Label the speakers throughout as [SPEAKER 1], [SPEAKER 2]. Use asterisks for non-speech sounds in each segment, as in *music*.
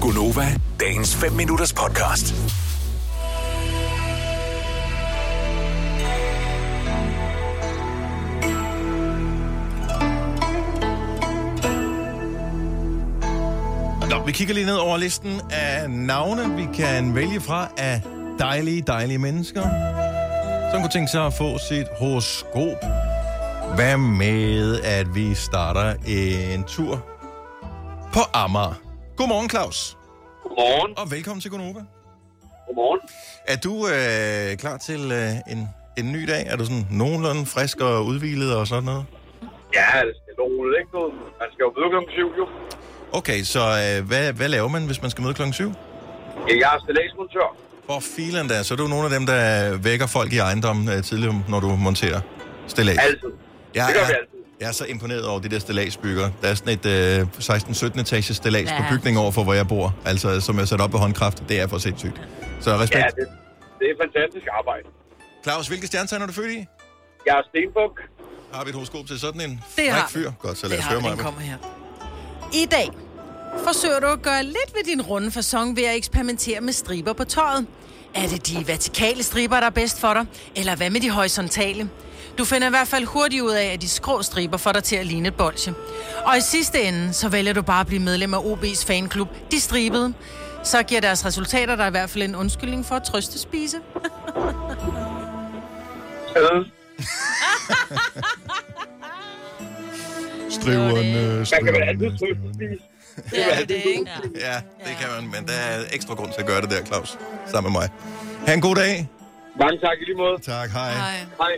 [SPEAKER 1] Gunova, dagens 5 minutters podcast.
[SPEAKER 2] Nå, vi kigger lige ned over listen af navne, vi kan vælge fra af dejlige, dejlige mennesker, som kunne tænke sig at få sit horoskop. Hvad med, at vi starter en tur på Amager? Godmorgen, Claus,
[SPEAKER 3] Godmorgen.
[SPEAKER 2] og velkommen til Gonova.
[SPEAKER 3] Godmorgen.
[SPEAKER 2] Er du øh, klar til øh, en, en ny dag? Er du sådan nogenlunde frisk og udhvilet og sådan noget?
[SPEAKER 3] Ja, det skal roligt, ikke noget. Man skal jo møde klokken syv, jo.
[SPEAKER 2] Okay, så øh, hvad, hvad laver man, hvis man skal møde klokken 7?
[SPEAKER 3] Ja, jeg er stillagsmontør.
[SPEAKER 2] For filen da, så er du nogle af dem, der vækker folk i ejendommen øh, tidligere, når du monterer stillads.
[SPEAKER 3] Altid.
[SPEAKER 2] jeg,
[SPEAKER 3] det gør vi
[SPEAKER 2] er-
[SPEAKER 3] altid.
[SPEAKER 2] jeg er så imponeret over de der stillagsbygger. Der er sådan et øh, 16-17 etages stillads ja. på
[SPEAKER 4] Ja.
[SPEAKER 2] bygning overfor, hvor jeg bor, altså som er sat op ved håndkraft. Det er for sindssygt. Så respekt.
[SPEAKER 3] Ja,
[SPEAKER 2] Ja,
[SPEAKER 3] det, det er fantastisk arbejde.
[SPEAKER 2] Claus, hvilke stjernetegn er du født i?
[SPEAKER 3] Jeg er stenbuk.
[SPEAKER 2] Har vi et horoskop til sådan en
[SPEAKER 4] Det har
[SPEAKER 2] fræk fyr? Godt, så lad os
[SPEAKER 4] Det
[SPEAKER 2] høre
[SPEAKER 4] har,
[SPEAKER 2] mig.
[SPEAKER 4] den kommer her. I dag forsøger du at gøre lidt ved din runde fasong ved at eksperimentere med striber på tøjet. Er det de vertikale striber, der er bedst for dig? Eller hvad med de horisontale? Du finder i hvert fald hurtigt ud af, at de skrå striber får dig til at ligne et bolsje. Og i sidste ende, så vælger du bare at blive medlem af OB's fanklub, De Stribede. Så giver deres resultater dig i hvert fald en undskyldning for at trøste spise.
[SPEAKER 3] Øh,
[SPEAKER 2] Striverne,
[SPEAKER 3] Man kan vel altid trøste spise.
[SPEAKER 4] Det er det, ikke?
[SPEAKER 2] Ja, det kan man, men der er ekstra grund til at gøre det der, Claus. Sammen med mig. Ha' en god dag.
[SPEAKER 3] Mange tak i lige måde.
[SPEAKER 2] Tak, hej.
[SPEAKER 4] Nej.
[SPEAKER 3] Hej.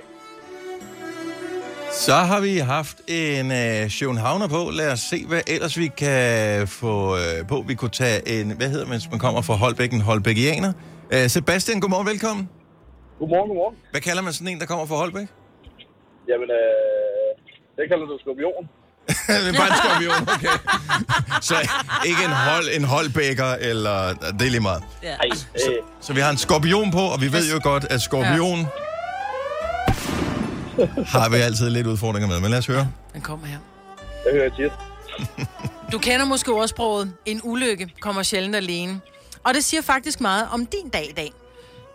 [SPEAKER 2] Så har vi haft en øh, Sjøenhavner på. Lad os se, hvad ellers vi kan få øh, på. Vi kunne tage en, hvad hedder man, hvis man kommer fra Holbæk, en Holbækianer. Øh, Sebastian, godmorgen, velkommen.
[SPEAKER 3] Godmorgen, godmorgen.
[SPEAKER 2] Hvad kalder man sådan en, der kommer fra *laughs* Holbæk?
[SPEAKER 3] Jamen, øh, det kalder du skorpion.
[SPEAKER 2] Det er Bare en skorpion, okay. *laughs* Så ikke en, hold, en Holbæker, eller det er lige meget.
[SPEAKER 3] Ej, øh,
[SPEAKER 2] Så vi har en skorpion på, og vi ved jo godt, at skorpion har vi altid lidt udfordringer med. Men lad os høre.
[SPEAKER 4] Den kommer her.
[SPEAKER 3] det hører jeg tit.
[SPEAKER 4] Du kender måske ordsproget, en ulykke kommer sjældent alene. Og det siger faktisk meget om din dag i dag.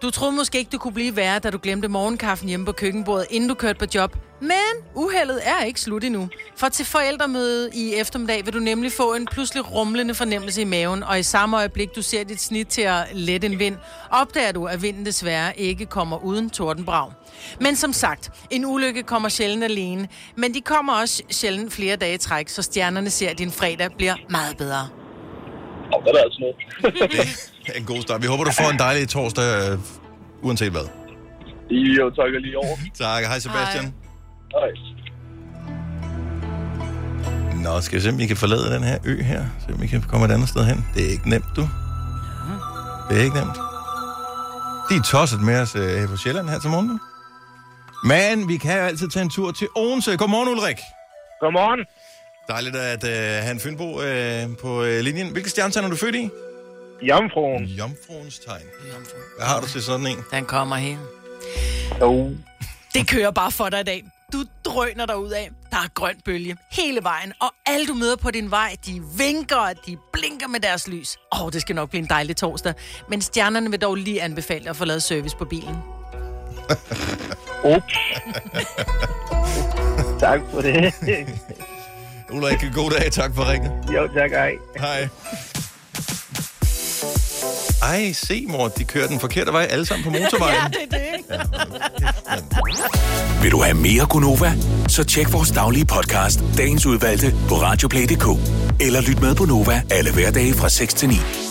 [SPEAKER 4] Du troede måske ikke, det kunne blive værre, da du glemte morgenkaffen hjemme på køkkenbordet, inden du kørte på job. Men uheldet er ikke slut endnu. For til forældremødet i eftermiddag vil du nemlig få en pludselig rumlende fornemmelse i maven, og i samme øjeblik, du ser dit snit til at lette en vind, opdager du, at vinden desværre ikke kommer uden tordenbrag. Men som sagt, en ulykke kommer sjældent alene, men de kommer også sjældent flere dage i træk, så stjernerne ser, at din fredag bliver meget bedre.
[SPEAKER 3] Og det er altså noget.
[SPEAKER 2] Det er en god start. Vi håber, du får en dejlig torsdag, øh, uanset hvad.
[SPEAKER 3] I jo tøjker lige over.
[SPEAKER 2] Tak. Hej Sebastian.
[SPEAKER 4] Hej.
[SPEAKER 3] Hej.
[SPEAKER 2] Nå, skal vi se, om vi kan forlade den her ø her? Se, om vi kan komme et andet sted hen. Det er ikke nemt, du. Det er ikke nemt. De er tosset med os øh, her på Sjælland her til morgen. du. Men vi kan jo altid tage en tur til Odense. Godmorgen, Ulrik.
[SPEAKER 5] Godmorgen.
[SPEAKER 2] Dejligt at øh, have en Fynbo øh, på øh, linjen. Hvilke stjernetegn er du født i?
[SPEAKER 5] Jomfruen.
[SPEAKER 2] Jomfruens tegn. Hvad har du til sådan en?
[SPEAKER 4] Den kommer her.
[SPEAKER 5] Oh.
[SPEAKER 4] Det kører bare for dig i dag. Du drøner dig ud af. Der er grøn bølge hele vejen, og alle du møder på din vej, de vinker, og de blinker med deres lys. Åh, oh, det skal nok blive en dejlig torsdag, men stjernerne vil dog lige anbefale dig at få lavet service på bilen.
[SPEAKER 5] Ups. tak for det.
[SPEAKER 2] Ulrik, god dag. Tak for ringet.
[SPEAKER 5] jo, tak. Hej.
[SPEAKER 2] Hej. Ej, se mor, de kører den forkerte vej alle sammen på motorvejen.
[SPEAKER 4] det er det, ikke?
[SPEAKER 1] Vil du have mere Gunova? Så tjek vores daglige podcast, dagens udvalgte, på radioplay.dk. Eller lyt med på Nova alle hverdage fra 6 til 9.